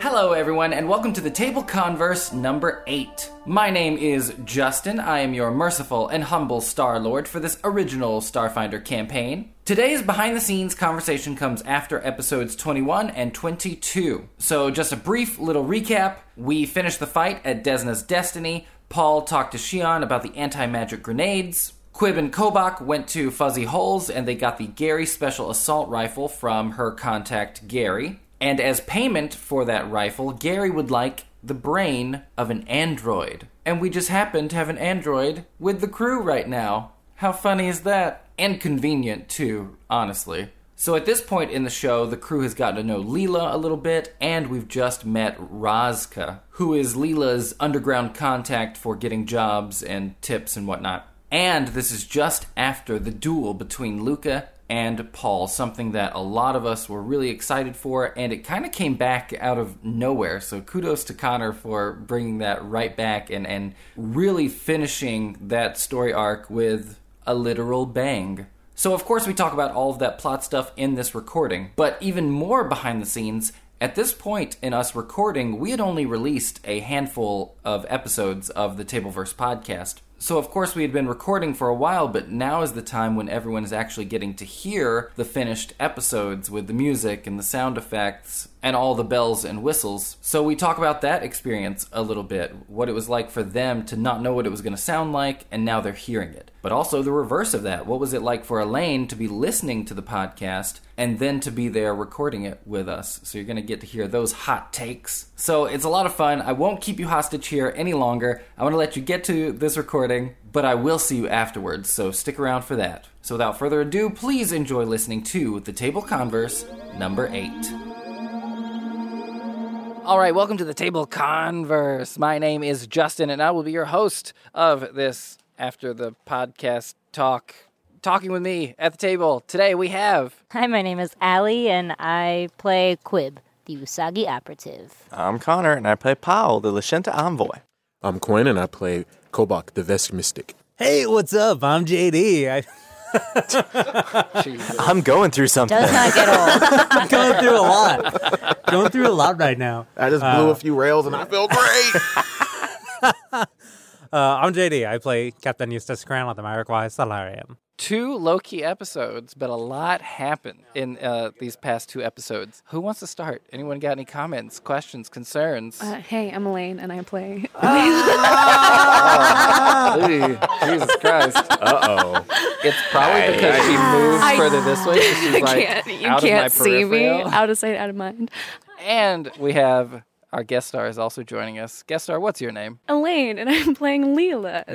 Hello, everyone, and welcome to the Table Converse number 8. My name is Justin. I am your merciful and humble Star Lord for this original Starfinder campaign. Today's behind the scenes conversation comes after episodes 21 and 22. So, just a brief little recap. We finished the fight at Desna's Destiny. Paul talked to Shion about the anti magic grenades. Quib and Kobach went to Fuzzy Holes and they got the Gary special assault rifle from her contact Gary. And as payment for that rifle, Gary would like the brain of an android. And we just happen to have an android with the crew right now. How funny is that? And convenient, too, honestly. So at this point in the show, the crew has gotten to know Leela a little bit, and we've just met Razka, who is Leela's underground contact for getting jobs and tips and whatnot. And this is just after the duel between Luca and Paul, something that a lot of us were really excited for, and it kind of came back out of nowhere. So kudos to Connor for bringing that right back and, and really finishing that story arc with a literal bang. So, of course, we talk about all of that plot stuff in this recording, but even more behind the scenes, at this point in us recording, we had only released a handful of episodes of the Tableverse podcast. So, of course, we had been recording for a while, but now is the time when everyone is actually getting to hear the finished episodes with the music and the sound effects and all the bells and whistles. So, we talk about that experience a little bit what it was like for them to not know what it was going to sound like, and now they're hearing it. But also the reverse of that what was it like for Elaine to be listening to the podcast and then to be there recording it with us? So, you're going to get to hear those hot takes. So, it's a lot of fun. I won't keep you hostage here any longer. I want to let you get to this recording but I will see you afterwards, so stick around for that. So without further ado, please enjoy listening to The Table Converse number 8. All right, welcome to The Table Converse. My name is Justin and I will be your host of this after the podcast talk. Talking with me at the table. Today we have Hi, my name is Allie, and I play Quib, the Usagi operative. I'm Connor, and I play Powell, the Lashenta envoy. I'm Quinn, and I play Kobach, the Vest Mystic. Hey, what's up? I'm JD. I- I'm going through something. Does not get old. I'm going through a lot. going through a lot right now. I just blew a few rails and I feel great. Uh, I'm JD. I play Captain Eustace Crown of the Miraquai Solarium. two low key episodes, but a lot happened in uh, these past two episodes. Who wants to start? Anyone got any comments, questions, concerns? Uh, hey, I'm Elaine, and I play. Ooh, Jesus Christ. Uh oh. It's probably because she moved I- further this way. so She's you like, can't, you out of my can't see me. peripheral. Out of sight, out of mind. And we have our guest star is also joining us. Guest star, what's your name? Elaine, and I'm playing Leela, Yay.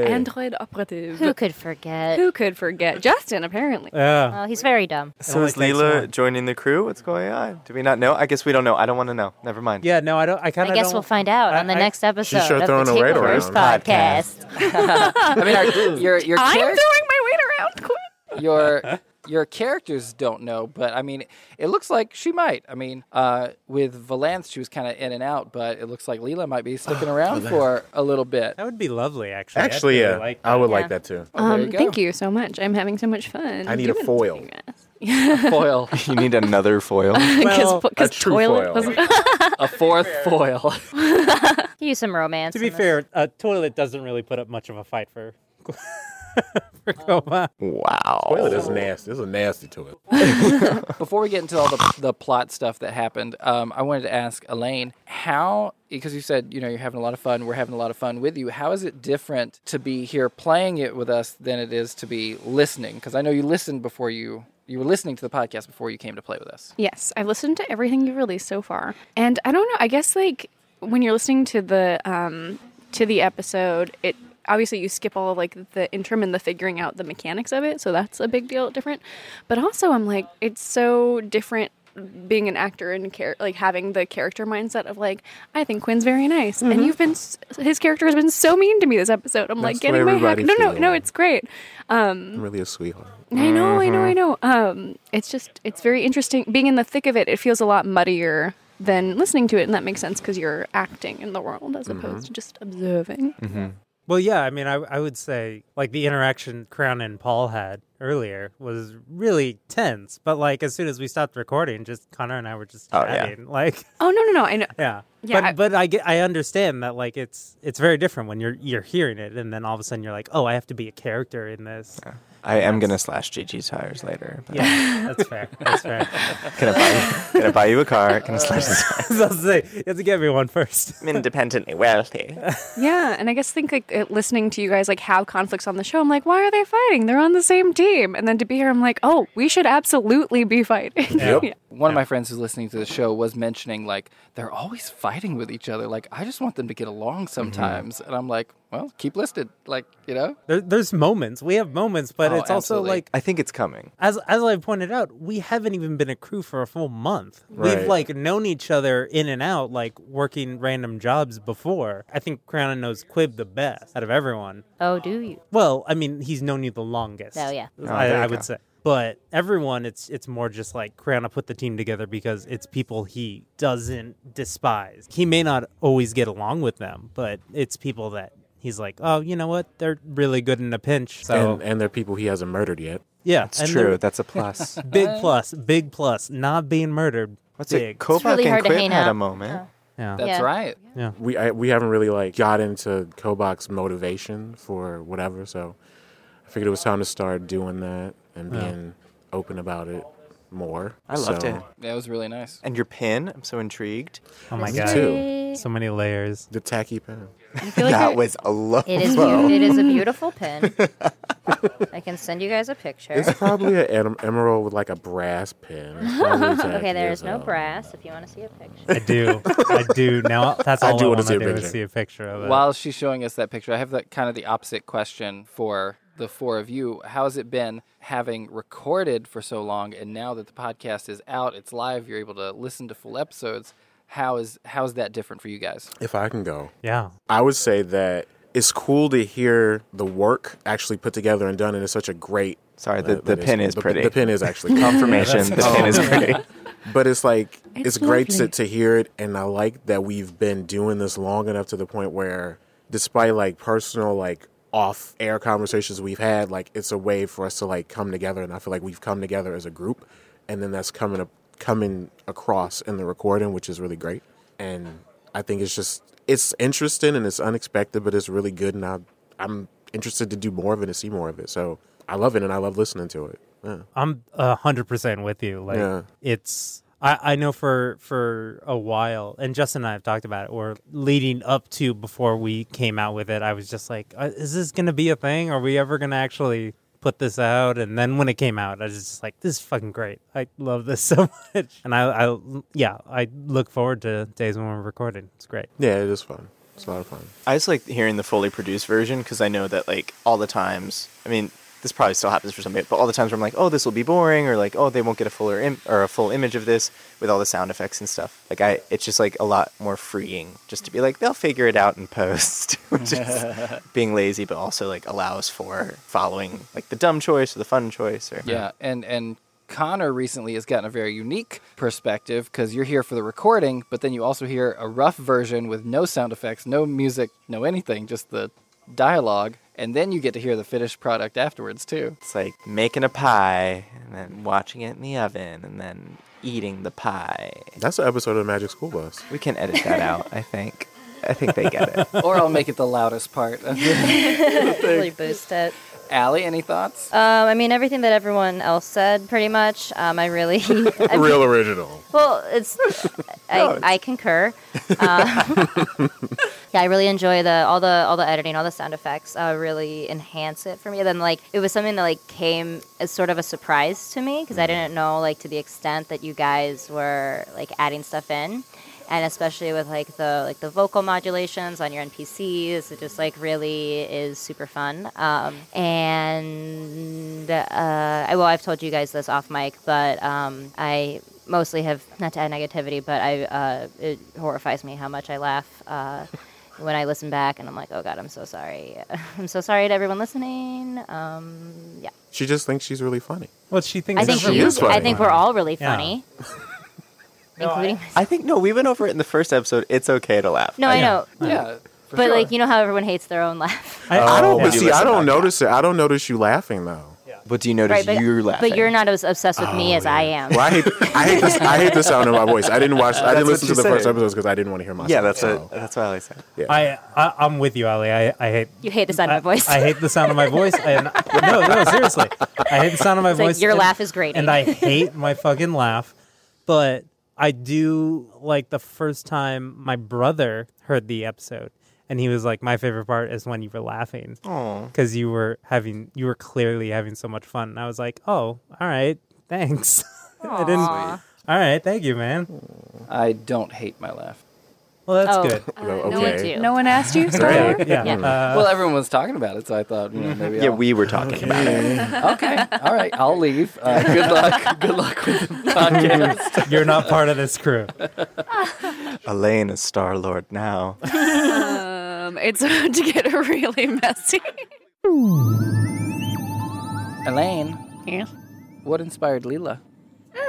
the android operative. Who could forget? Who could forget? Justin, apparently. Yeah. Oh, he's very dumb. So is only takes Leela one. joining the crew? What's going on? Do we not know? I guess we don't know. I don't want to know. Never mind. yeah, no, I don't. I kind I of guess we'll find out on the I- next episode sure of the throwing a weight Tableverse around. podcast. I mean, our, your your Uh, I'm character, throwing my weight around. Quinn. your your characters don't know, but I mean, it looks like she might. I mean, uh, with Valance, she was kind of in and out, but it looks like Leela might be sticking around for a little bit. That would be lovely, actually. I'd Actually, really yeah, Uh, like I would Yeah. like that too. Oh, there um, you go. thank you so much. I'm having so much fun. I need a doing foil. this. Foil, You need another foil. Well, Because a because true toilet foil. wasn't. a fourth foil. Use some romance. to be in this. fair, a toilet doesn't really put up much of a fight for for Coma. Wow. Toilet Oh, is nasty. This is a nasty toilet. Before we get into all the, the plot stuff that happened, um, I wanted to ask Elaine how, because you said you know you're having a lot of fun, we're having a lot of fun with you. How is it different to be here playing it with us than it is to be listening? Because I know you listened before you you were listening to the podcast before you came to play with us. Yes, I've listened to everything you've released so far, and I don't know. I guess like when you're listening to the um, to the episode, it obviously you skip all of, like the interim and the figuring out the mechanics of it, so that's a big deal, different. But also, I'm like, it's so different being an actor and char- like having the character mindset of like I think Quinn's very nice and you've been s- his character has been so mean to me this episode I'm like Mm-hmm. That's getting what my hack everybody no no feels. no it's great I'm really a sweetheart. I know, I know, I know. Um, it's just, it's very interesting. Being in the thick of it, it feels a lot muddier than listening to it, and that makes sense because you're acting in the world as opposed to just observing. Well, yeah, I mean, I, I would say like the interaction Crown and Paul had earlier was really tense, but like as soon as we stopped recording, just Connor and I were just Oh, yeah. chatting. Like, Oh no no no! I know. yeah, Yeah, But I- but I get I understand that like it's it's very different when you're you're hearing it, and then all of a sudden you're like, oh, I have to be a character in this. I am gonna slash Gigi's tires later. But Yeah, that's fair. That's fair. Can I buy you, can I buy you a car? Uh, Can I slash his tires? so I was like, you have to get me one first. I'm independently wealthy. Yeah, and I guess think like uh, listening to you guys like have conflicts on the show. I'm like, why are they fighting? They're on the same team. And then to be here, I'm like, oh, we should absolutely be fighting. Yep. Yeah. One of my friends who's listening to the show was mentioning like they're always fighting with each other. Like I just want them to get along sometimes, and I'm like, well, keep listed. Like you know, There, there's moments. We have moments, but Oh, it's also absolutely. like I think it's coming. as as I pointed out, we haven't even been a crew for a full month. We've Right. like known each other in and out, like working random jobs before. I think Crown knows Quib the best out of everyone. Oh, do you? Well, I mean, he's known you the longest. Oh, yeah. I, there you I go. would say. But everyone, it's it's more just like Kriana put the team together because it's people he doesn't despise. He may not always get along with them, but it's people that he's like, oh, you know what? They're really good in a pinch. So And, and they're people he hasn't murdered yet. yeah, It's and true. they're- That's a plus. Big Uh, plus, big plus. Not being murdered. What's big. it? Kobach really hard and to Quinn hang had a out. moment. Yeah. that's Yeah. right. We I, we haven't really like got into Kobach's motivation for whatever, so I figured it was time to start doing that and being open about it more. I loved So, it. That was really nice. And your pin? I'm so intrigued. Oh my Me god. too. So many layers. The tacky pen. I feel like that I- was a low it is. beau- It is a beautiful pin. I can send you guys a picture. It's probably an em- emerald with like a brass pin. It's probably tacky Okay, there as is no hell. brass. If you want to see a picture. I do. I do. Now that's I all I, do wanna want see a to do is picture. see a picture of it. While she's showing us that picture, I have that kind of the opposite question for the four of you. How's it been having recorded for so long, and now that the podcast is out, it's live, you're able to listen to full episodes. How is how's that different for you guys? If I can go. yeah. I would say that it's cool to hear the work actually put together and done, and it's such a great. Sorry, the- uh, the it's- pin is the- pretty. The pin is actually Confirmation. the pin is pretty. but it's like it's, It's great to, lovely. to hear it and i like that we've been doing this long enough to the point where despite like personal like off air conversations we've had like it's a way for us to like come together and i feel like we've come together as a group and then that's coming up coming across in the recording which is really great and i think it's just it's interesting and it's unexpected but it's really good and I, i'm interested to do more of it and see more of it so i love it and i love listening to it yeah. I'm a hundred percent with you. Like Yeah. it's I, I know for for a while, and Justin and I have talked about it. Or leading up to before we came out with it, I was just like, "Uh, "Is this gonna be a thing? Are we ever gonna actually put this out?" And then when it came out, I was just like, "This is fucking great! I love this so much!" And I, I yeah, I look forward to days when we're recording. It's great. yeah it is fun it's a lot of fun I just like hearing the fully produced version because I know that like all the times. I mean, this probably still happens for somebody, but all the times where I'm like, oh, this will be boring, or like, oh, they won't get a fuller Im- or a full image of this with all the sound effects and stuff. Like, I it's just like a lot more freeing just to be like, they'll figure it out in post, which is being lazy, but also like allows for following like the dumb choice or the fun choice or Yeah, and and Connor recently has gotten a very unique perspective because you're here for the recording, but then you also hear a rough version with no sound effects, no music, no anything, just the dialogue, and then you get to hear the finished product afterwards too. It's like making a pie and then watching it in the oven and then eating the pie. That's an episode of the Magic School Bus. We can edit that out, I think. I think they get it. Or I'll make it the loudest part. Really boost it. Allie, any thoughts? Um, I mean, everything that everyone else said, pretty much. Um, I really, I mean, Real original. well, it's, I, I concur. Um, yeah, I really enjoy the all the all the editing, all the sound effects. Uh, really enhance it for me. Then, like, it was something that like came as sort of a surprise to me because I didn't know like to the extent that you guys were like adding stuff in. And especially with like the like the vocal modulations on your NPCs, it just like really is super fun. Um, and uh, I- well, I've told you guys this off mic, but um, I mostly have not to add negativity, but I uh, it horrifies me how much I laugh uh, when I listen back, and I'm like, oh god, I'm so sorry. I'm so sorry to everyone listening. Um, yeah, She just thinks she's really funny. Well, she thinks I think she everyone's is funny. I think we're all really Yeah. funny, including. myself. I think no, we went over it in the first episode. It's okay to laugh. no, I know, yeah. for but sure. like you know how everyone hates their own laugh. I, I don't. Oh, Um, but you see, I listen don't back. notice it. I don't notice you laughing though. But do you notice right? But, you're laughing? but you're not as obsessed with Oh, me as I am. Well, I hate, I hate this. I hate the sound of my voice. I didn't watch. I That's didn't what listen to she the first said. episodes because I didn't want to hear myself. Yeah, that's so. it. That's what I always say. I, I I'm with you, Ali. I, I hate You hate the sound of my voice. I hate the sound of my voice. And no, no, seriously, I hate the sound of my It's like, voice. your and- laugh is grating. and I hate my fucking laugh. But I do like the first time my brother heard the episode, and he was like, "My favorite part is when you were laughing because you were having you were clearly having so much fun." And I was like, "Oh, all right, thanks." I didn't. Aw. All right, thank you, man. I don't hate my laugh. Well, that's Oh. good. No one okay. do. Uh, No one asked you, Star Right. Lord? Yeah. Yeah. Uh, well, everyone was talking about it, so I thought you know, maybe. Yeah, I'll- we were talking about it. Okay, all right. I'll leave. Uh, good luck. Good luck with the podcast. Uh, you're not part of this crew. Elaine is Star Lord now. Um, it's about to get really messy. Elaine, Yeah. what inspired Leela?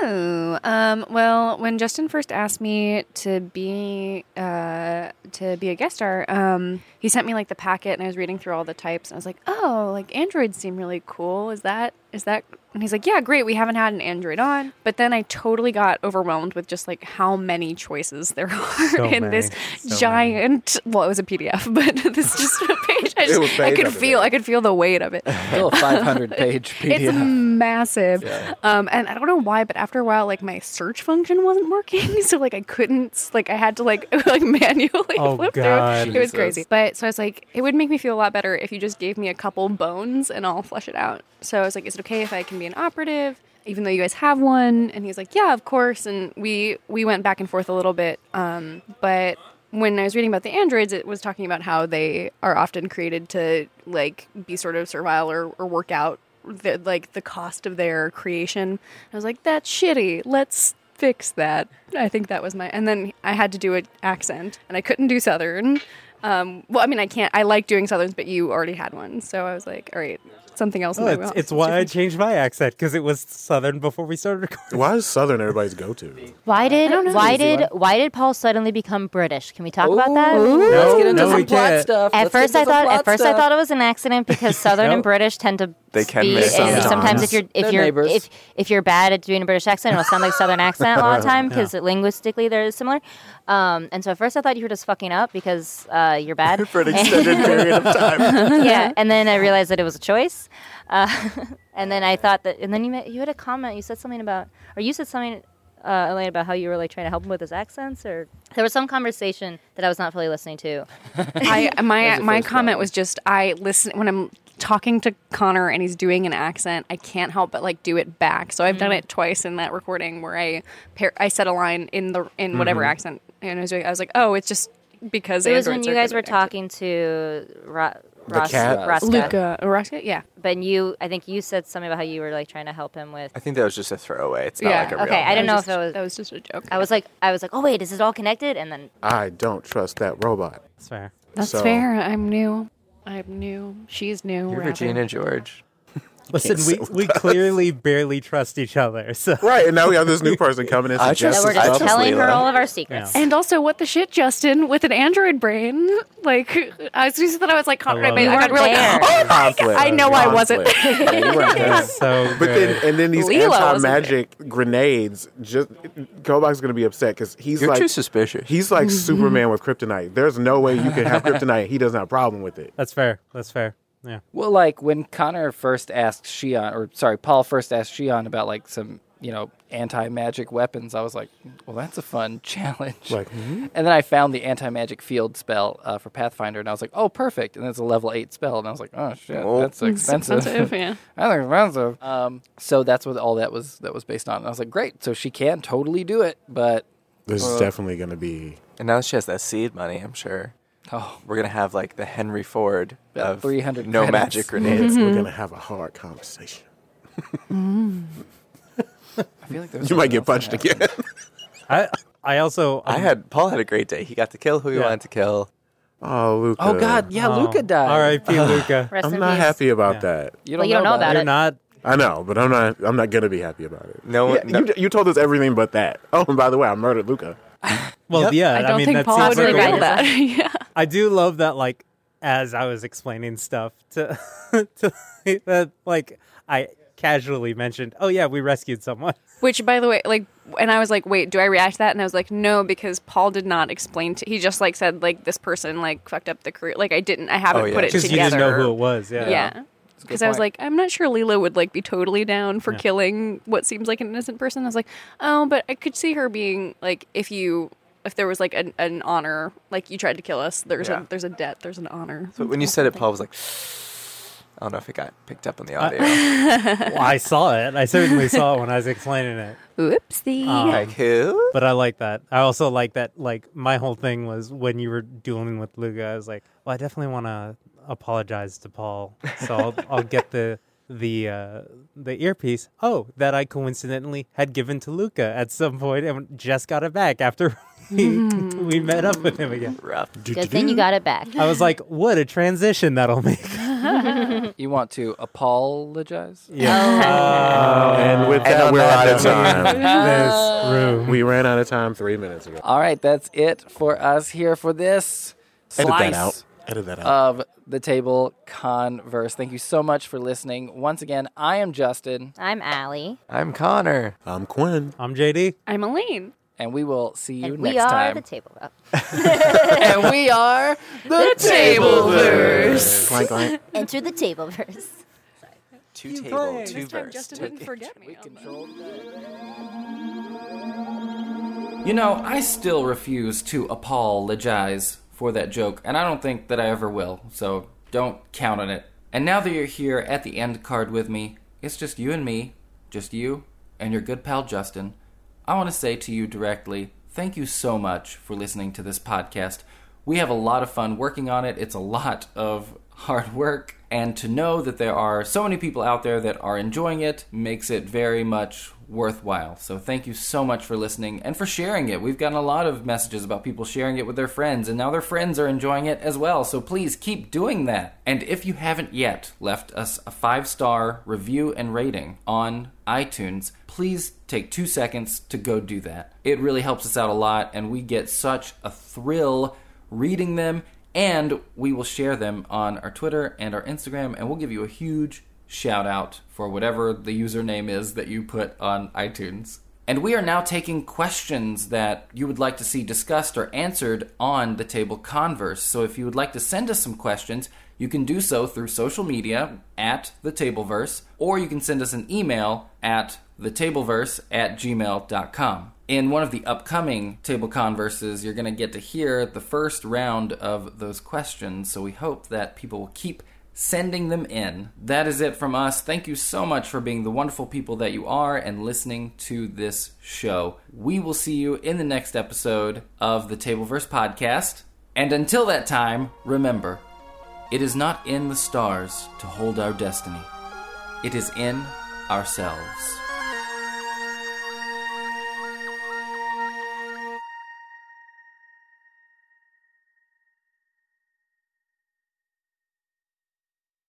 Oh, um, well, when Justin first asked me to be uh, to be a guest star, um, he sent me like the packet, and I was reading through all the types, and I was like, "Oh, like androids seem really cool. Is that is that?" And he's like, "Yeah, great. We haven't had an android on." But then I totally got overwhelmed with just like how many choices there are So in this many. So giant. Well, it was a PDF, but this just a page. I, was just, I made could up of feel. it. I could feel the weight of it. Still a 500 page PDF. It's massive. Um, and I don't know why, but after a while, like my search function wasn't working, so like I couldn't, like I had to like like manually Oh, flip God. through. It was Jesus. crazy. But so I was like, it would make me feel a lot better if you just gave me a couple bones and I'll flush it out. So I was like, is it okay if I can be an operative? Even though you guys have one, and he's like, "Yeah, of course." And we we went back and forth a little bit, um, but when I was reading about the androids, it was talking about how they are often created to like be sort of servile or, or work out the, like the cost of their creation. I was like, that's shitty. Let's fix that. I think that was my. And then I had to do an accent, and I couldn't do Southern. Um, well, I mean, I can't. I like doing Southerns, but you already had one, so I was like, all right, something else. Oh, that it's, will- it's why I changed my accent because it was Southern before we started recording. Why is Southern everybody's go to? Why did why Easy did why did Paul suddenly become British? Can we talk about that? Let's get into no, we some plot can't. stuff. At Let's get first, into I some thought plot at first I stuff. thought it was an accident because Southern No. and British tend to They can be, mix and sometimes. sometimes if you're if They're you're neighbors. if if you're bad at doing a British accent, it'll sound like Southern accent a lot of time because linguistically they're similar. Um, and so at first I thought you were just fucking up because uh, you're bad. For an extended period of time. yeah, and then I realized that it was a choice. Uh, and then I thought that, and then you ma- you had a comment. You said something about, or you said something, uh, Elaine, about how you were like trying to help him with his accents, or there was some conversation that I was not fully listening to. I my the my first comment problem. was just I listen when I'm talking to Connor and he's doing an accent. I can't help but like do it back. So I've done Mm. it twice in that recording where I pair, I said a line in the in whatever Mm-hmm. accent and I was doing. I was like, oh, it's just because It was when androids you are guys good were at talking accent. to Ro- Ross, cat? Ross Luca, Orozco? yeah. but you, I think you said something about how you were like trying to help him with. I think that was just a throwaway. It's not Yeah. like a real. Okay, I That don't know just- if it was. that was just a joke. I was like, I was like, oh wait, is it all connected? And then I don't trust that robot. That's fair. That's so- fair. I'm new. I'm new. She's new. You're rather. Regina George. Listen, we, we clearly barely trust each other. So Right, and now we have this new person coming in. I that This we're is suggesting just stuff. obviously telling her Leela. all of our secrets. Yeah. And also, what the shit, Justin, with an android brain? Like, I was just that I was like, Connor, I, love made- it. I got You really, weren't there. oh my God, Conflict. I know I wasn't. Conflict. Yeah, you weren't there. so But then, good. and then these Lilo wasn't anti-magic grenades. Just Kobach's gonna be upset because he's You're like too suspicious. He's like Superman with kryptonite. There's no way you can have kryptonite. He doesn't have a problem with it. that's fair. That's fair. Yeah. Well, like when Connor first asked Shion, or sorry, Paul first asked Shion about like some, you know, anti magic weapons, I was like, well, that's a fun challenge. Like, hmm? and then I found the anti magic field spell uh, for Pathfinder, and I was like, oh, perfect. And it's a level eight spell, and I was like, oh, shit, Oh. that's expensive. expensive, yeah. that's expensive. Um, so that's what all that was that was based on. And I was like, great. So she can totally do it, but This Uh, is definitely gonna be. And now she has that seed money, I'm sure. oh, We're going to have like the Henry Ford About of 300 no credits. magic grenades. We're gonna have a hard conversation. I feel like there's You might get something else punched that again. I I also I had Paul had a great day. He got to kill who he Yeah. wanted to kill. oh, Luca. happened. Oh God, yeah, Luca died. R.I.P. Luca. Rest I'm in not peace. happy about that. You Well, you don't know about You're it. not. I know, but I'm not. I'm not gonna be happy about it. No one- Yeah, no- You, you told us everything but that. Oh, and by the way, I murdered Luca. Well, yeah. I I, don't mean, think that Paul seems like would a Possibly reveal weird- right. that. yeah. I do love that. Like as I was explaining stuff to to that, like I casually mentioned, "Oh yeah, we rescued someone." Which, by the way, like, and I was like, wait, do I react to that? And I was like, no, because Paul did not explain to. He just like said like this person like fucked up the career. Like I didn't. I haven't Oh, yeah. put it Because you together. didn't know who it was. Yeah. Yeah. Because I was like, I'm not sure Lila would like be totally down for killing what seems like an innocent person. I was like, oh, but I could see her being like, if you, if there was like an, an honor, like you tried to kill us, there's Yeah. a there's a debt, there's an honor. But when you said it, Paul was like, I don't know if it got picked up on the audio. Well, I saw it. I certainly saw it when I was explaining it. Oopsie. like who? But I like that. I also like that. Like my whole thing was when you were dueling with Luga, I was like, "Well, I definitely want to apologize to Paul, so I'll, I'll get the the uh, the earpiece. Oh, that I coincidentally had given to Luca at some point, and just got it back after we, we met up with him again. Rough. Good thing you got it back. I was like, "What a transition that'll make!" You want to apologize? Oh, and And with that, on we're that out of note- time. That's true. we ran out of time three minutes ago. All right, that's it for us here for this Edit slice that out. Edit that out. of the table converse. Thank you so much for listening. Once again, I am Justin, I'm Allie. I'm Connor. I'm Quinn. I'm JD. I'm Elaine. and we will see you And next we are time. the table. Oh. and we are the Tableverse. Clank, clank. Enter the table first. Two table, two This time verse. Justin two- didn't forget me. You know, I still refuse to apologize for that joke, and I don't think that I ever will, so don't count on it. And now that you're here at the end card with me, it's just you and me, just you and your good pal Justin. I want to say to you directly, thank you so much for listening to this podcast. We have a lot of fun working on it. It's a lot of hard work, and to know that there are so many people out there that are enjoying it makes it very much worthwhile. So thank you so much for listening and for sharing it. We've gotten a lot of messages about people sharing it with their friends, and now their friends are enjoying it as well. So please keep doing that. And if you haven't yet left us a five star review and rating on iTunes, please take two seconds to go do that. It really helps us out a lot, and we get such a thrill reading them, and we will share them on our Twitter and our Instagram, and we'll give you a huge shout out for whatever the username is that you put on iTunes. And we are now taking questions that you would like to see discussed or answered on the Table Converse. So if you would like to send us some questions, you can do so through social media at the Tableverse, or you can send us an email at thetableverse at gmail.com. In one of the upcoming Table Converses, you're going to get to hear the first round of those questions. So we hope that people will keep sending them in. That is it from us. Thank you so much for being the wonderful people that you are and listening to this show. We will see you in the next episode of the Tableverse podcast. And until that time, remember it is not in the stars to hold our destiny, it is in ourselves.